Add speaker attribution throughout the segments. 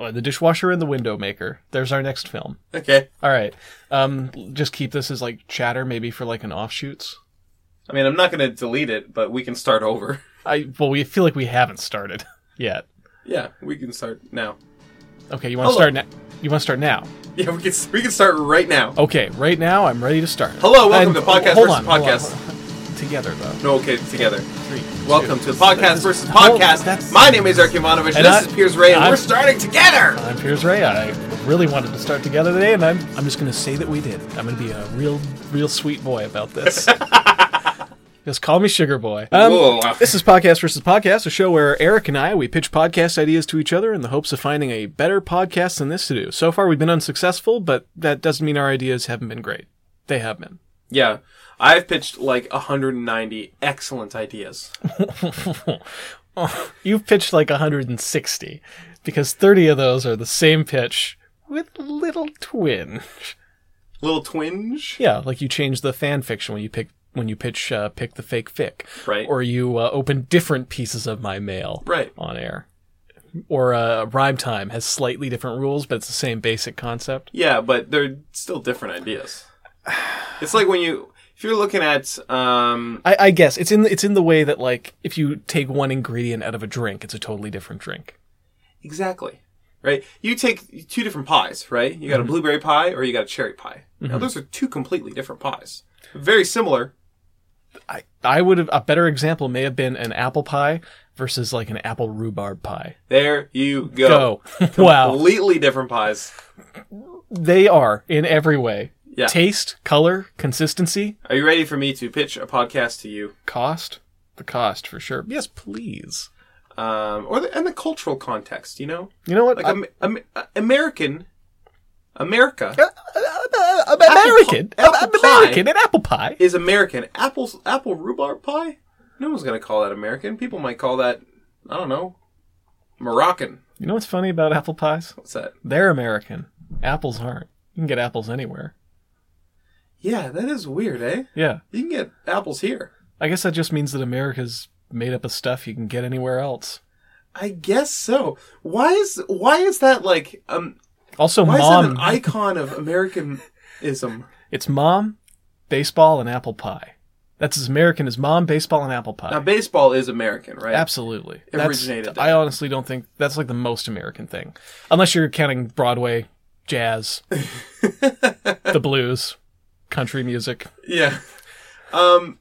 Speaker 1: Oh, the dishwasher and the window maker. There's our next film.
Speaker 2: Okay.
Speaker 1: All right. Um, just keep this as like chatter, maybe for like an offshoots.
Speaker 2: I mean, I'm not going to delete it, but we can start over.
Speaker 1: I well, we feel like we haven't started yet.
Speaker 2: Yeah, we can start now.
Speaker 1: Okay, you want to
Speaker 2: Hello.
Speaker 1: start now? you want to start now?
Speaker 2: Yeah, we can we can start right now.
Speaker 1: Okay, right now I'm ready to start.
Speaker 2: Hello, welcome to Podcast
Speaker 1: hold
Speaker 2: versus
Speaker 1: on, hold on,
Speaker 2: Podcast.
Speaker 1: hold on. Together though.
Speaker 2: No, okay, together.
Speaker 1: Three,
Speaker 2: Welcome
Speaker 1: two.
Speaker 2: to the podcast
Speaker 1: That's-
Speaker 2: versus
Speaker 1: hold-
Speaker 2: podcast.
Speaker 1: that's-
Speaker 2: My name is Eric Ivanovich.
Speaker 1: And
Speaker 2: this
Speaker 1: I-
Speaker 2: is Piers Ray, and
Speaker 1: I'm-
Speaker 2: we're starting together.
Speaker 1: I'm Piers Ray. I really wanted to start together today, and I'm I'm just gonna say that we did. I'm gonna be a real real sweet boy about this. Just call me Sugar Boy. Um,
Speaker 2: Whoa.
Speaker 1: this is Podcast versus Podcast, a show where Eric and I we pitch podcast ideas to each other in the hopes of finding a better podcast than this to do. So far, we've been unsuccessful, but that doesn't mean our ideas haven't been great. They have been.
Speaker 2: Yeah, I've pitched like 190 excellent ideas.
Speaker 1: You've pitched like 160 because 30 of those are the same pitch with little twinge.
Speaker 2: Little twinge,
Speaker 1: Yeah, like you change the fan fiction when you pick when you pitch uh, pick the fake fic,
Speaker 2: right?
Speaker 1: or you uh, open different pieces of my mail
Speaker 2: right.
Speaker 1: on air, or uh, rhyme time has slightly different rules, but it's the same basic concept.
Speaker 2: Yeah, but they're still different ideas. It's like when you if you're looking at um
Speaker 1: I, I guess it's in the, it's in the way that like if you take one ingredient out of a drink, it's a totally different drink.
Speaker 2: Exactly. Right? You take two different pies, right? You
Speaker 1: Mm-hmm.
Speaker 2: got a blueberry pie or you got a cherry pie. Now, those are two completely different pies. Very similar.
Speaker 1: I I would have a better example may have been an apple pie versus like an apple rhubarb pie.
Speaker 2: There you go.
Speaker 1: Go, wow,
Speaker 2: Completely different pies.
Speaker 1: they are in every way.
Speaker 2: Yeah.
Speaker 1: Taste, color, consistency,
Speaker 2: Are you ready for me to pitch a podcast to you?
Speaker 1: cost the cost for sure yes please
Speaker 2: Um, or the, and the cultural context, you know?
Speaker 1: you know what
Speaker 2: Like
Speaker 1: I-
Speaker 2: Am- Am- uh, American, America
Speaker 1: I'm american
Speaker 2: apple
Speaker 1: I'm- I'm
Speaker 2: pie.
Speaker 1: american and apple pie
Speaker 2: is American. Apple, apple rhubarb pie? No one's going to call that American. People might call that, I don't know, Moroccan.
Speaker 1: you know what's funny about apple pies
Speaker 2: What's that?
Speaker 1: they're american apples aren't you can get apples anywhere
Speaker 2: Yeah, that is weird, eh?
Speaker 1: yeah
Speaker 2: You can get apples here.
Speaker 1: i guess that just means that america's made up of stuff you can get anywhere else
Speaker 2: I guess so. Why is why is that like um
Speaker 1: also
Speaker 2: why is that
Speaker 1: mom
Speaker 2: an icon of Americanism?
Speaker 1: it's mom baseball and apple pie that's as american as mom baseball and apple pie
Speaker 2: Now baseball is American, right?
Speaker 1: Absolutely.
Speaker 2: It
Speaker 1: That's-
Speaker 2: originated there.
Speaker 1: I honestly don't think that's like the most American thing, unless you're counting Broadway, jazz, the blues, country music.
Speaker 2: Yeah. Um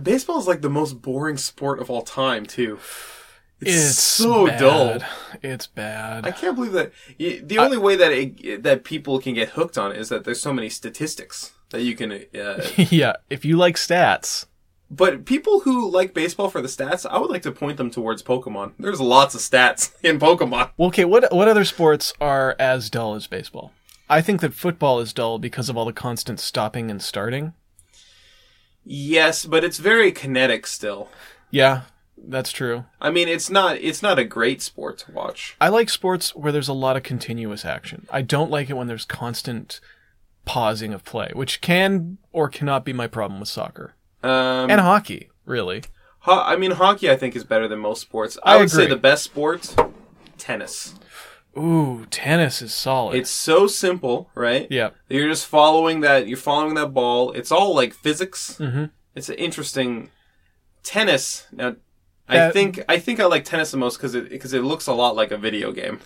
Speaker 2: baseball is like the most boring sport of all time, too. It's, so
Speaker 1: bad.
Speaker 2: dull.
Speaker 1: It's bad.
Speaker 2: I can't believe that y- the only way that it, that people can get hooked on it is that there's so many statistics that you can uh,
Speaker 1: yeah, if you like stats,
Speaker 2: But people who like baseball for the stats, I would like to point them towards Pokemon. There's lots of stats in Pokemon.
Speaker 1: well, okay. What what other sports are as dull as baseball? I think that football is dull because of all the constant stopping and starting.
Speaker 2: Yes, but it's very kinetic still.
Speaker 1: Yeah, that's true.
Speaker 2: I mean, it's not it's not a great sport to watch.
Speaker 1: I like sports where there's a lot of continuous action. I don't like it when there's constant pausing of play, which can or cannot be my problem with soccer
Speaker 2: Um,
Speaker 1: and hockey, really.
Speaker 2: ho- I mean, hockey I think is better than most sports. I,
Speaker 1: I
Speaker 2: would say
Speaker 1: agree.
Speaker 2: the best sport, tennis.
Speaker 1: Ooh, tennis is solid.
Speaker 2: It's so simple, right?
Speaker 1: yeah,
Speaker 2: You're just following that. You're following that ball. It's all like physics.
Speaker 1: Mhm.
Speaker 2: It's an interesting tennis. Now, I
Speaker 1: That-
Speaker 2: think I think I like tennis the most because it because it looks a lot like a video game.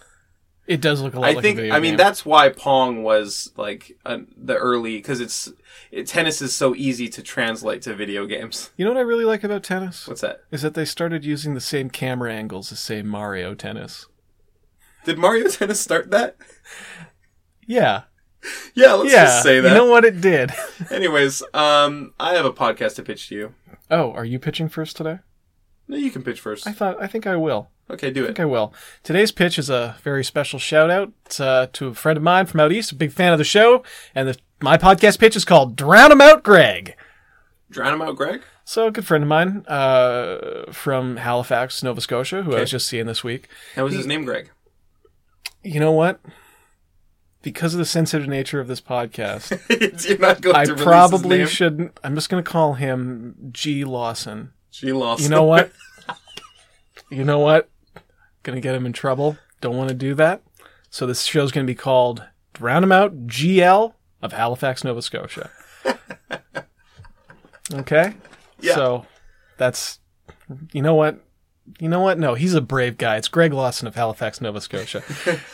Speaker 1: it does look a lot.
Speaker 2: I
Speaker 1: like
Speaker 2: think
Speaker 1: A video
Speaker 2: I mean
Speaker 1: game.
Speaker 2: that's why Pong was like uh, the early because it's it, tennis is so easy to translate to video games.
Speaker 1: You know what I really like about tennis
Speaker 2: What's that?
Speaker 1: is that they started using the same camera angles as say Mario Tennis.
Speaker 2: Did Mario Tennis start that?
Speaker 1: Yeah,
Speaker 2: Yeah, let's
Speaker 1: yeah.
Speaker 2: just say that.
Speaker 1: You know what it did.
Speaker 2: Anyways, um, I have a podcast to pitch to you.
Speaker 1: oh, are you pitching first today?
Speaker 2: No, you can pitch first.
Speaker 1: I thought I think I will.
Speaker 2: Okay, do
Speaker 1: I
Speaker 2: it.
Speaker 1: think I will. Today's pitch is a very special shout out uh, to a friend of mine from out east, a big fan of the show, and the, my podcast pitch is called "Drown 'Em Out, Greg."
Speaker 2: Drown him out, Greg.
Speaker 1: So, a good friend of mine uh, from Halifax, Nova Scotia, who I was just seeing this week.
Speaker 2: That was his name, Greg.
Speaker 1: You know what? Because of the sensitive nature of this podcast,
Speaker 2: You're not going
Speaker 1: I
Speaker 2: to release
Speaker 1: probably
Speaker 2: his name.
Speaker 1: shouldn't. I'm just going to call him G. Lawson.
Speaker 2: She lost.
Speaker 1: You know what? you know what? Gonna get him in trouble. Don't want to do that. So this show's going to be called Roundabout GL of Halifax, Nova Scotia. okay.
Speaker 2: Yeah.
Speaker 1: So that's you know what. You know what? No, he's a brave guy. It's Greg Lawson of Halifax, Nova Scotia.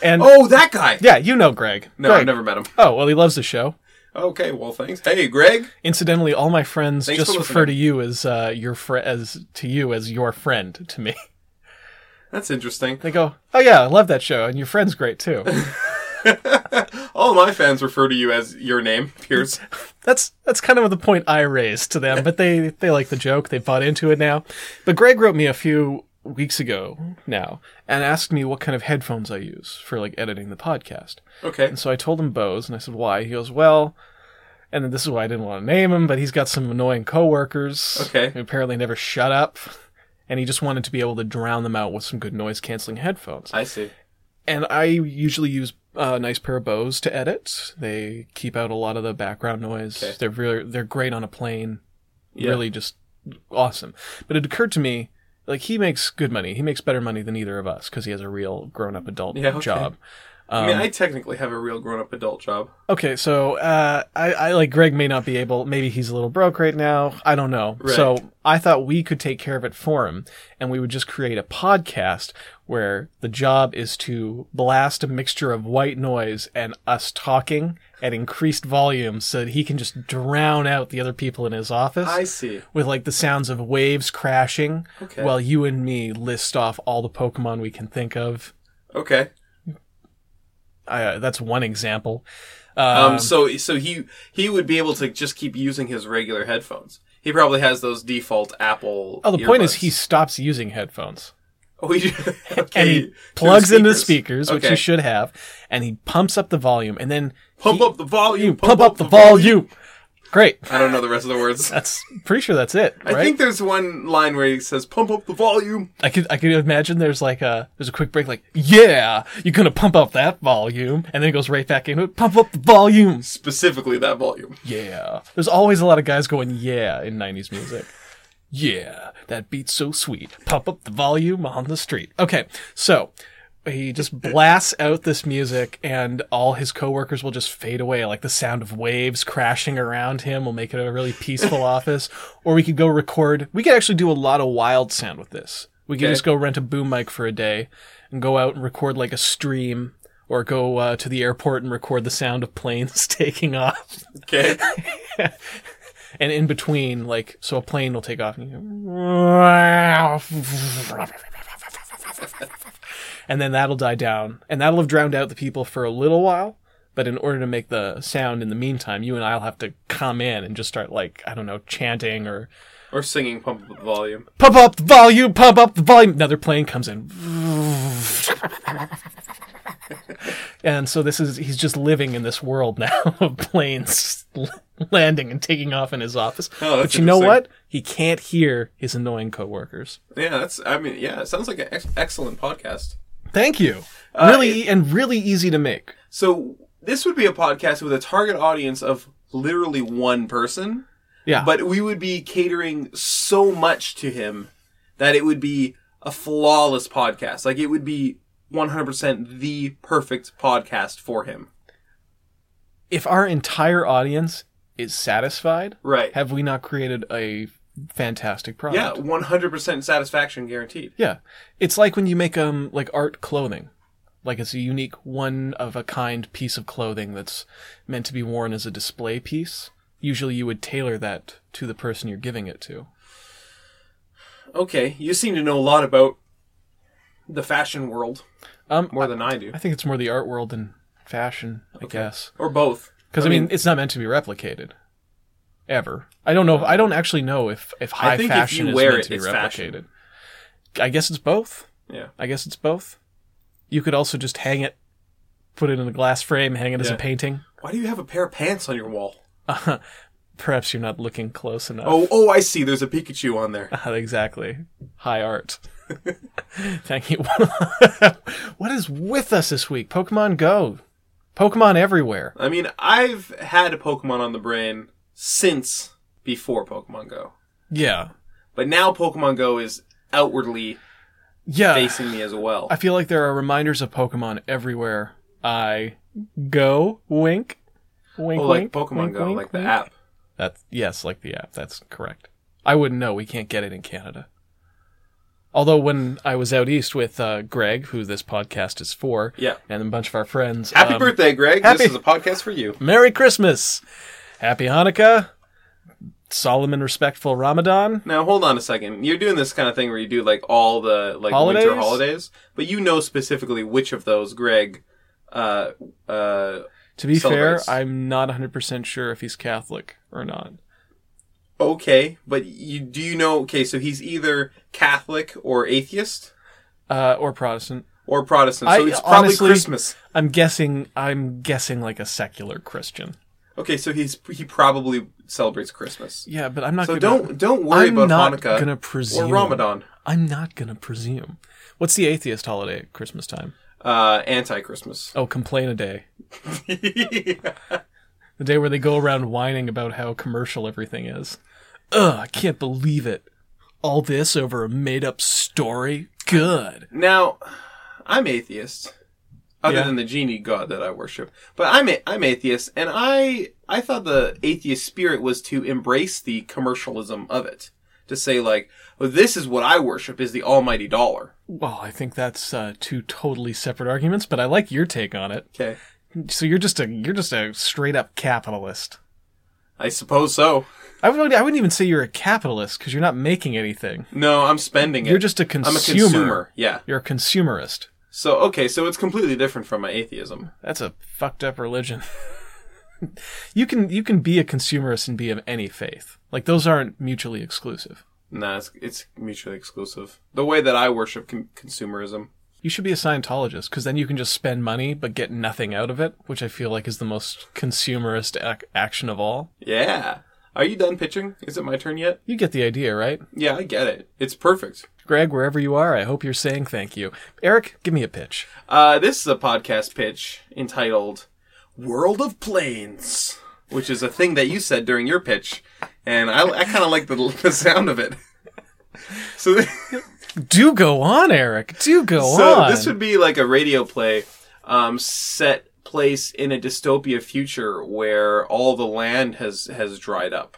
Speaker 1: And
Speaker 2: Oh, that guy.
Speaker 1: yeah, you know Greg.
Speaker 2: No,
Speaker 1: Greg.
Speaker 2: I've never met him.
Speaker 1: Oh, well, he loves the show.
Speaker 2: Okay, well, thanks. Hey, Greg.
Speaker 1: Incidentally, all my friends
Speaker 2: Thanks
Speaker 1: just
Speaker 2: for
Speaker 1: refer
Speaker 2: listening.
Speaker 1: to you as uh, your fr- as to you as your friend to me.
Speaker 2: That's interesting.
Speaker 1: They go, "Oh yeah, I love that show, and your friend's great too."
Speaker 2: All my fans refer to you as your name, Pierce.
Speaker 1: that's that's kind of the point I raised to them, but they they like the joke. They bought into it now. But Greg wrote me a few weeks ago now and asked me what kind of headphones I use for like editing the podcast.
Speaker 2: Okay.
Speaker 1: And so I told him Bose, and I said, "Why?" He goes, "Well," and then this is why I didn't want to name him, but he's got some annoying coworkers
Speaker 2: Okay.
Speaker 1: who apparently never shut up, and he just wanted to be able to drown them out with some good noise canceling headphones.
Speaker 2: I see.
Speaker 1: And I usually use a nice pair of Bose to edit. They keep out a lot of the background noise.
Speaker 2: Okay.
Speaker 1: They're really they're great on a plane.
Speaker 2: Yeah.
Speaker 1: Really just awesome. But it occurred to me like he makes good money. He makes better money than either of us because he has a real grown-up adult
Speaker 2: Yeah, okay.
Speaker 1: job. Um,
Speaker 2: I mean, I technically have a real grown up adult job.
Speaker 1: Okay, so uh, I, I like Greg may not be able. Maybe he's a little broke right now. I don't know.
Speaker 2: Right.
Speaker 1: So I thought we could take care of it for him, and we would just create a podcast where the job is to blast a mixture of white noise and us talking at increased volume, so that he can just drown out the other people in his office
Speaker 2: I see.
Speaker 1: with like the sounds of waves crashing,
Speaker 2: Okay.
Speaker 1: while you and me list off all the Pokemon we can think of.
Speaker 2: Okay.
Speaker 1: Uh, that's one example.
Speaker 2: Um,
Speaker 1: Um,
Speaker 2: so so he he would be able to just keep using his regular headphones. He probably has those default Apple.
Speaker 1: Oh, the point is
Speaker 2: earbuds.
Speaker 1: he stops using headphones.
Speaker 2: oh, he, okay,
Speaker 1: And
Speaker 2: to
Speaker 1: he
Speaker 2: the
Speaker 1: plugs into speakers, which
Speaker 2: Okay.
Speaker 1: he should have, and he pumps up the volume, and then
Speaker 2: Pump
Speaker 1: he-
Speaker 2: up the volume.
Speaker 1: you pump up the volume. Great.
Speaker 2: I don't know the rest of the words.
Speaker 1: That's pretty sure that's it, right?
Speaker 2: I think there's one line where he says, "Pump up the volume."
Speaker 1: I could I could imagine there's like a there's a quick break like yeah you're gonna pump up that volume and then it goes right back into it pump up the volume
Speaker 2: Specifically, that volume.
Speaker 1: yeah there's always a lot of guys going yeah in 90s music yeah that beat's so sweet pump up the volume on the street okay so he just blasts out this music and all his coworkers will just fade away like the sound of waves crashing around him will make it a really peaceful office or we could go record we could actually do a lot of wild sound with this we could
Speaker 2: Okay.
Speaker 1: just go rent a boom mic for a day and go out and record like a stream or go uh, to the airport and record the sound of planes taking off
Speaker 2: Okay.
Speaker 1: and in between like so a plane will take off and, you- and then that'll die down and that'll have drowned out the people for a little while but in order to make the sound in the meantime you and i'll have to come in and just start like i don't know chanting or
Speaker 2: or singing "Pump up the volume."
Speaker 1: pump up the volume pump up the volume another plane comes in and so this is he's just living in this world now of planes landing and taking off in his office
Speaker 2: Oh,
Speaker 1: but
Speaker 2: that's
Speaker 1: you know
Speaker 2: interesting.
Speaker 1: what he can't hear his annoying coworkers
Speaker 2: Yeah, that's. I mean, yeah, it sounds like an ex- excellent podcast.
Speaker 1: thank you
Speaker 2: Uh,
Speaker 1: really and really easy to make
Speaker 2: So this would be a podcast with a target audience of literally one person,
Speaker 1: yeah
Speaker 2: but we would be catering so much to him that it would be a flawless podcast. Like it would be 100% the perfect podcast for him.
Speaker 1: if our entire audience is satisfied
Speaker 2: Right.
Speaker 1: have we not created a fantastic product
Speaker 2: Yeah, 100% satisfaction guaranteed.
Speaker 1: Yeah. It's like when you make um like art clothing. Like it's a unique one of a kind piece of clothing that's meant to be worn as a display piece. Usually you would tailor that to the person you're giving it to.
Speaker 2: Okay, you seem to know a lot about the fashion world
Speaker 1: Um
Speaker 2: more than I do
Speaker 1: I think it's more the art world than fashion, I guess.
Speaker 2: or both.
Speaker 1: Cuz I, mean, it's not meant to be replicated ever. I don't know if, I don't actually know if if high
Speaker 2: think if
Speaker 1: fashion
Speaker 2: you
Speaker 1: is
Speaker 2: wear
Speaker 1: meant
Speaker 2: it,
Speaker 1: to be
Speaker 2: it's
Speaker 1: replicated.
Speaker 2: fashion.
Speaker 1: I guess it's both.
Speaker 2: Yeah.
Speaker 1: I guess it's both. You could also just hang it put it in a glass frame, hang it as a
Speaker 2: Yeah.
Speaker 1: painting.
Speaker 2: Why do you have a pair of pants on your wall?
Speaker 1: Perhaps you're not looking close enough.
Speaker 2: Oh, oh, I see. There's a Pikachu on there.
Speaker 1: Exactly. High art. Thank you. what is with us this week? Pokemon Go. Pokemon everywhere.
Speaker 2: I mean, I've had a Pokemon on the brain since before Pokemon Go.
Speaker 1: Yeah.
Speaker 2: But now Pokemon Go is outwardly
Speaker 1: yeah.
Speaker 2: facing me as well.
Speaker 1: I feel like there are reminders of Pokemon everywhere I go. Wink, wink,
Speaker 2: oh, like
Speaker 1: wink.
Speaker 2: Pokemon
Speaker 1: wink,
Speaker 2: Go,
Speaker 1: wink,
Speaker 2: like the
Speaker 1: wink.
Speaker 2: app.
Speaker 1: That's yes, like the app. That's correct. I wouldn't know. We can't get it in Canada. Although when I was out east with uh, Greg, who this podcast is for,
Speaker 2: Yeah.
Speaker 1: and a bunch of our friends,
Speaker 2: Happy
Speaker 1: um,
Speaker 2: birthday, Greg.
Speaker 1: happy-
Speaker 2: This is a podcast for you.
Speaker 1: Merry Christmas, Happy Hanukkah, solemn and respectful Ramadan.
Speaker 2: Now hold on a second. You're doing this kind of thing where you do like all the like winter
Speaker 1: Holidays?
Speaker 2: holidays, but you know specifically which of those Greg uh uh
Speaker 1: To be
Speaker 2: Celebrates.
Speaker 1: fair, I'm not 100 percent sure if he's Catholic or not.
Speaker 2: okay, but you do you know okay, so he's either Catholic or atheist
Speaker 1: Uh, or Protestant.
Speaker 2: or Protestant. So
Speaker 1: I-
Speaker 2: it's probably
Speaker 1: honestly-
Speaker 2: Christmas.
Speaker 1: I'm guessing. I'm guessing like a secular Christian.
Speaker 2: Okay, so he's he probably celebrates Christmas.
Speaker 1: Yeah, but I'm not.
Speaker 2: So
Speaker 1: gonna,
Speaker 2: don't don't worry
Speaker 1: I'm
Speaker 2: about
Speaker 1: not
Speaker 2: Hanukkah
Speaker 1: gonna presume.
Speaker 2: or Ramadan.
Speaker 1: I'm not gonna presume. What's the atheist holiday at Christmas time?
Speaker 2: Uh anti Christmas.
Speaker 1: Oh, complain a day. The day where they go around whining about how commercial everything is. Ugh, I can't believe it. All this over a made up story? Good.
Speaker 2: Now, I'm atheist, other
Speaker 1: Yeah.
Speaker 2: than the genie god that I worship. But I'm a- I'm atheist, and I I thought the atheist spirit was to embrace the commercialism of it, to say like, well, this is what I worship is the almighty dollar.
Speaker 1: Well, I think that's uh, two totally separate arguments, but I like your take on it.
Speaker 2: Okay,
Speaker 1: So you're just a you're just a straight up capitalist.
Speaker 2: I suppose so.
Speaker 1: I wouldn't I wouldn't even say you're a capitalist because you're not making anything.
Speaker 2: No, I'm spending it.
Speaker 1: You're just a
Speaker 2: I'm
Speaker 1: consumer.
Speaker 2: a consumer. Yeah.
Speaker 1: You're a consumerist.
Speaker 2: So okay, so it's completely different from my atheism.
Speaker 1: That's a fucked up religion. you can you can be a consumerist and be of any faith. Like those aren't mutually exclusive.
Speaker 2: Nah, it's, it's mutually exclusive. The way that I worship con- consumerism.
Speaker 1: You should be a Scientologist because then you can just spend money but get nothing out of it, which I feel like is the most consumerist ac- action of all.
Speaker 2: Yeah. Are you done pitching? Is it my turn yet?
Speaker 1: You get the idea, right?
Speaker 2: Yeah, I get it. It's perfect.
Speaker 1: Greg, wherever you are, I hope you're saying thank you. Eric, give me a pitch.
Speaker 2: Uh, this is a podcast pitch entitled World of Planes, which is a thing that you said during your pitch, and I, I kind of like the, the sound of it. So, th-
Speaker 1: Do go on, Eric. Do go
Speaker 2: so
Speaker 1: on.
Speaker 2: this would be like a radio play um, set place in a dystopia future where all the land has has dried up.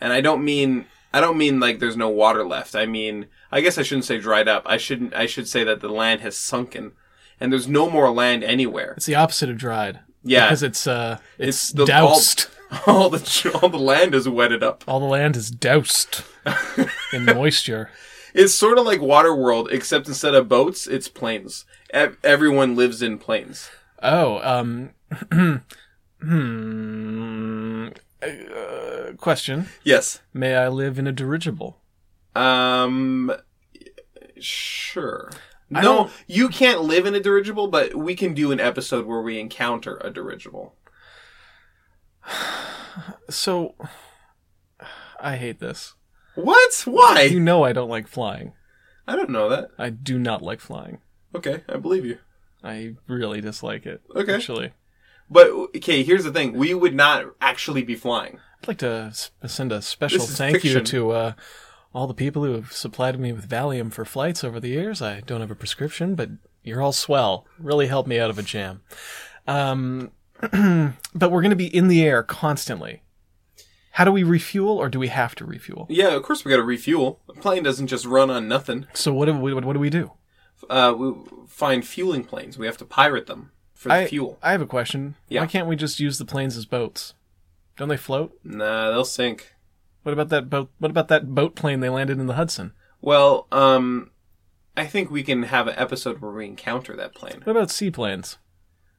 Speaker 2: And I don't mean I don't mean like there's no water left. I mean I guess I shouldn't say dried up. I shouldn't I should say that the land has sunken and there's no more land anywhere.
Speaker 1: it's the opposite of dried.
Speaker 2: Yeah.
Speaker 1: because it's uh, it's,
Speaker 2: It's the-
Speaker 1: doused.
Speaker 2: all the all the land is wetted up.
Speaker 1: All the land is doused in moisture.
Speaker 2: It's sort of like Waterworld, except instead of boats, it's planes. Ev- everyone lives in planes.
Speaker 1: Oh, um, hmm. Uh, question:
Speaker 2: Yes.
Speaker 1: May I live in a dirigible?
Speaker 2: Um. Sure.
Speaker 1: I
Speaker 2: No,
Speaker 1: don't-
Speaker 2: you can't live in a dirigible, but we can do an episode where we encounter a dirigible.
Speaker 1: So, I hate this.
Speaker 2: What? Why?
Speaker 1: You know I don't like flying.
Speaker 2: I don't know that.
Speaker 1: I do not like flying.
Speaker 2: Okay, I believe you.
Speaker 1: I really dislike it.
Speaker 2: Okay.
Speaker 1: Actually,
Speaker 2: But okay, here's the thing: we would not actually be flying.
Speaker 1: I'd like to s- send a special
Speaker 2: This is
Speaker 1: thank you
Speaker 2: fiction.
Speaker 1: to uh, all the people who have supplied me with Valium for flights over the years. I don't have a prescription, but you're all swell. Really helped me out of a jam. Um, but we're going to be in the air constantly. How do we refuel, or do we have to refuel?
Speaker 2: Yeah, of course we got to refuel. A plane doesn't just run on nothing.
Speaker 1: So what do we what do we do?
Speaker 2: Uh, we find fueling planes. We have to pirate them for the
Speaker 1: I,
Speaker 2: fuel.
Speaker 1: I have a question.
Speaker 2: Yeah.
Speaker 1: Why can't we just use the planes as boats? Don't they float?
Speaker 2: Nah, they'll sink.
Speaker 1: What about that boat? What about that boat plane they landed in the Hudson?
Speaker 2: Well, um, I think we can have an episode where we encounter that plane.
Speaker 1: What about seaplanes?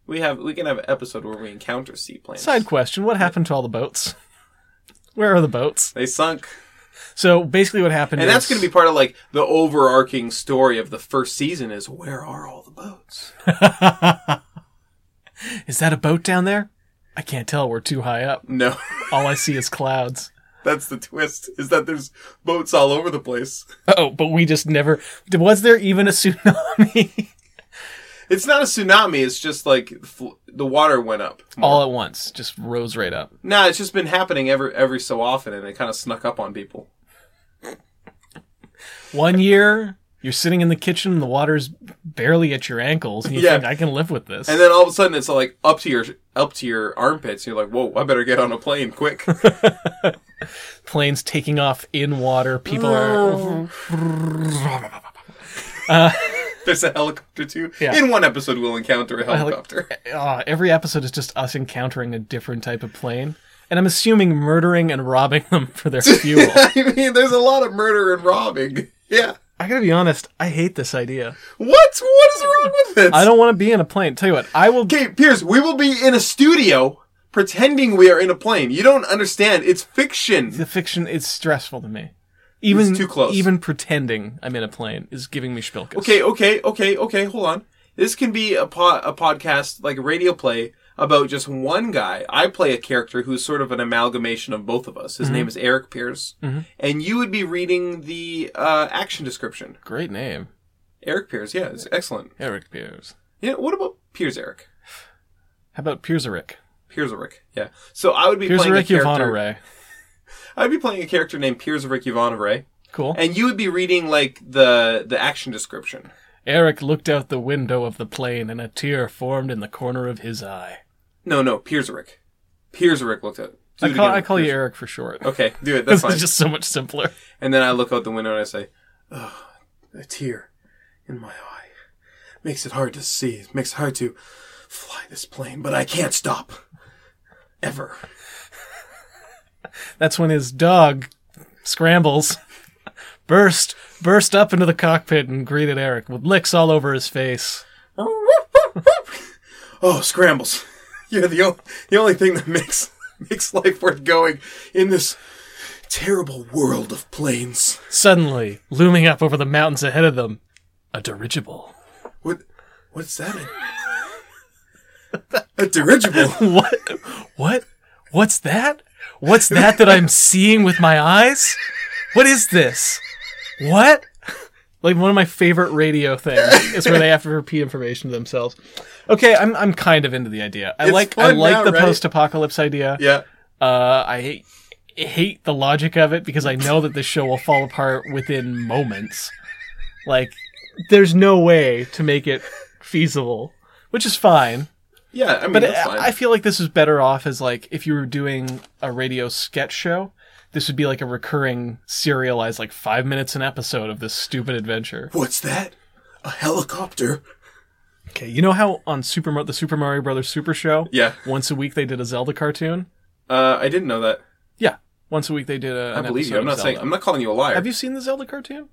Speaker 2: We have we can have an episode where we encounter seaplanes.
Speaker 1: Side question: What happened to all the boats? Where are the boats?
Speaker 2: They sunk,
Speaker 1: So basically, what happened?
Speaker 2: and
Speaker 1: is,
Speaker 2: that's going to be part of like the overarching story of the first season is where are all the boats?
Speaker 1: Is that a boat down there? I can't tell. We're too high up.
Speaker 2: No,
Speaker 1: All I see is clouds.
Speaker 2: that's the twist is that there's boats all over the place.
Speaker 1: Oh, but we just never. Was there even a tsunami?
Speaker 2: It's not a tsunami. It's just like fl- the water went up.
Speaker 1: all at once, just rose right up.
Speaker 2: Nah, it's just been happening every every so often, and it kind of snuck up on people.
Speaker 1: One year, You're sitting in the kitchen and the water's barely at your ankles, and you
Speaker 2: Yeah.
Speaker 1: think I can live with this.
Speaker 2: And then all of a sudden, it's like up to your up to your armpits. You're like, "Whoa, I better get on a plane quick!"
Speaker 1: Planes taking off in water, people are
Speaker 2: There's a helicopter too.
Speaker 1: Yeah.
Speaker 2: In one episode, we'll encounter a helicopter.
Speaker 1: Ah, every episode is just us encountering a different type of plane. And I'm assuming murdering and robbing them for their fuel.
Speaker 2: I mean, there's a lot of murder and robbing. Yeah.
Speaker 1: I gotta be honest, I hate this idea.
Speaker 2: What? What is wrong with this?
Speaker 1: I don't want to be in a plane. Tell you what, I will.
Speaker 2: Okay, Piers, we will be in a studio pretending we are in a plane. You don't understand. It's fiction.
Speaker 1: The fiction is stressful to me. Even
Speaker 2: too close.
Speaker 1: Even pretending I'm in a plane is giving me spilkas.
Speaker 2: Okay, okay, okay, okay. Hold on. This can be a po- a podcast like a radio play about just one guy. I play a character who's sort of an amalgamation of both of
Speaker 1: Mm-hmm.
Speaker 2: us. His name is Eric Pierce, and you would be reading the uh, action description.
Speaker 1: Great name,
Speaker 2: Eric Pierce, yeah, it's excellent.
Speaker 1: Eric Piers.
Speaker 2: Yeah, what about Piers Eric?
Speaker 1: How about Pierserick?
Speaker 2: Piers Eric, yeah. So I would be playing a
Speaker 1: Pierserick
Speaker 2: character.
Speaker 1: Yvonne Ray.
Speaker 2: I'd be playing a character named Piers Eric Yvonne Ray.
Speaker 1: Cool.
Speaker 2: and you would be reading like the the action description.
Speaker 1: Eric looked out the window of the plane, and a tear formed in the corner of his eye.
Speaker 2: No, no, Pierserick. Pierserick looked at. Do
Speaker 1: I
Speaker 2: it
Speaker 1: call,
Speaker 2: again.
Speaker 1: I call you Eric for short.
Speaker 2: Okay, do it. That's fine.
Speaker 1: it's just so much simpler.
Speaker 2: And then I look out the window and I say, "Oh, a tear in my eye makes it hard to see. It makes it hard to fly this plane, but I can't stop ever."
Speaker 1: That's when his dog scrambles, burst, burst up into the cockpit and greeted Eric with licks all over his face.
Speaker 2: Oh, scrambles! You're the only, the only thing that makes makes life worth going in this terrible world of planes.
Speaker 1: Suddenly, looming up over the mountains ahead of them, a dirigible.
Speaker 2: What? What's that? A, dirigible.
Speaker 1: What? What? What's that? What's that that I'm seeing with my eyes? What is this? What? Like one of my favorite radio things is where they have to repeat information to themselves. Okay, I'm I'm kind of into the idea. I
Speaker 2: It's
Speaker 1: like I
Speaker 2: fun
Speaker 1: like
Speaker 2: now,
Speaker 1: the
Speaker 2: right?
Speaker 1: post-apocalypse idea.
Speaker 2: Yeah.
Speaker 1: Uh, I hate the logic of it because I know that this show will fall apart within moments. Like, there's no way to make it feasible, which is fine.
Speaker 2: Yeah. I mean,
Speaker 1: But
Speaker 2: that's fine.
Speaker 1: I, I feel like this is better off as like if you were doing a radio sketch show. This would be like a recurring serialized, like five minutes an episode of this stupid adventure.
Speaker 2: what's that? A helicopter.
Speaker 1: Okay, you know how on Super Mar- the Super Mario Brothers Super Show,
Speaker 2: Yeah.
Speaker 1: once a week they did a Zelda cartoon.
Speaker 2: Uh, I didn't know that.
Speaker 1: Yeah, once a week they did a.
Speaker 2: I believe you. I'm not saying. I'm not calling you a liar.
Speaker 1: Have you seen the Zelda cartoon?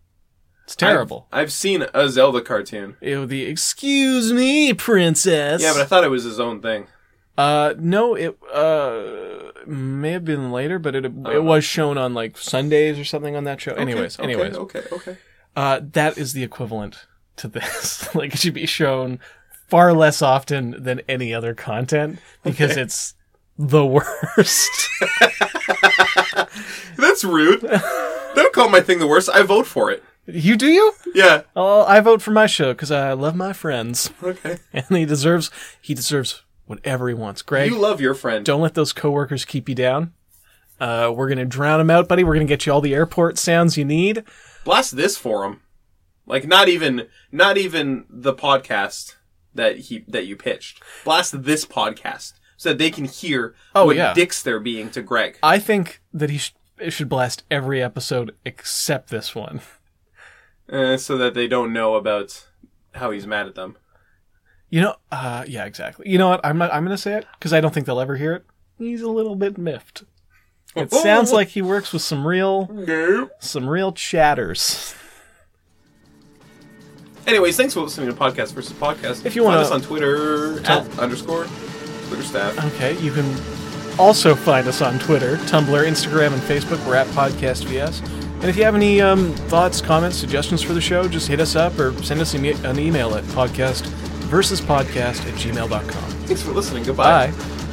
Speaker 1: It's terrible.
Speaker 2: I've, I've seen a Zelda cartoon.
Speaker 1: Ew, the excuse me, princess.
Speaker 2: Yeah, but I thought it was his own thing.
Speaker 1: uh, no, it uh may have been later, but it it was shown on like Sundays or something on that show. anyways,
Speaker 2: Uh-huh. Okay,
Speaker 1: anyways,
Speaker 2: Okay. Okay.
Speaker 1: uh, that is the equivalent to this. like it should be shown far less often than any other content because it's the worst.
Speaker 2: That's rude. Don't call my thing the worst. I vote for it.
Speaker 1: you do you?
Speaker 2: Yeah.
Speaker 1: Oh, I vote for my show because I love my friends,
Speaker 2: Okay.
Speaker 1: and he deserves he deserves whatever he wants. Greg,
Speaker 2: You love your friend.
Speaker 1: don't let those coworkers keep you down. Uh, we're gonna drown them out, buddy. We're gonna get you all the airport sounds you need.
Speaker 2: blast this for him. Like not even not even the podcast that he that you pitched. Blast this podcast so that they can hear
Speaker 1: Oh,
Speaker 2: what
Speaker 1: yeah.
Speaker 2: dicks they're being to Greg.
Speaker 1: I think that he sh- it should blast every episode except this one.
Speaker 2: Uh, so that they don't know about how he's mad at them.
Speaker 1: You know, uh, yeah, exactly. You know what? I'm not, I'm gonna say it because I don't think they'll ever hear it. He's a little bit miffed. It
Speaker 2: Oh!
Speaker 1: sounds like he works with some real some real chatters.
Speaker 2: Anyways, thanks for listening to Podcast versus Podcast.
Speaker 1: If you
Speaker 2: Find
Speaker 1: wanna-
Speaker 2: us on Twitter
Speaker 1: Tell-
Speaker 2: at underscore Twitter staff.
Speaker 1: Okay, you can also find us on Twitter, Tumblr, Instagram, and Facebook. We're at Podcast VS. And if you have any um, thoughts, comments, suggestions for the show, just hit us up or send us an e- an email at podcast versus podcast at gmail.com.
Speaker 2: Thanks for listening. Goodbye.
Speaker 1: Bye.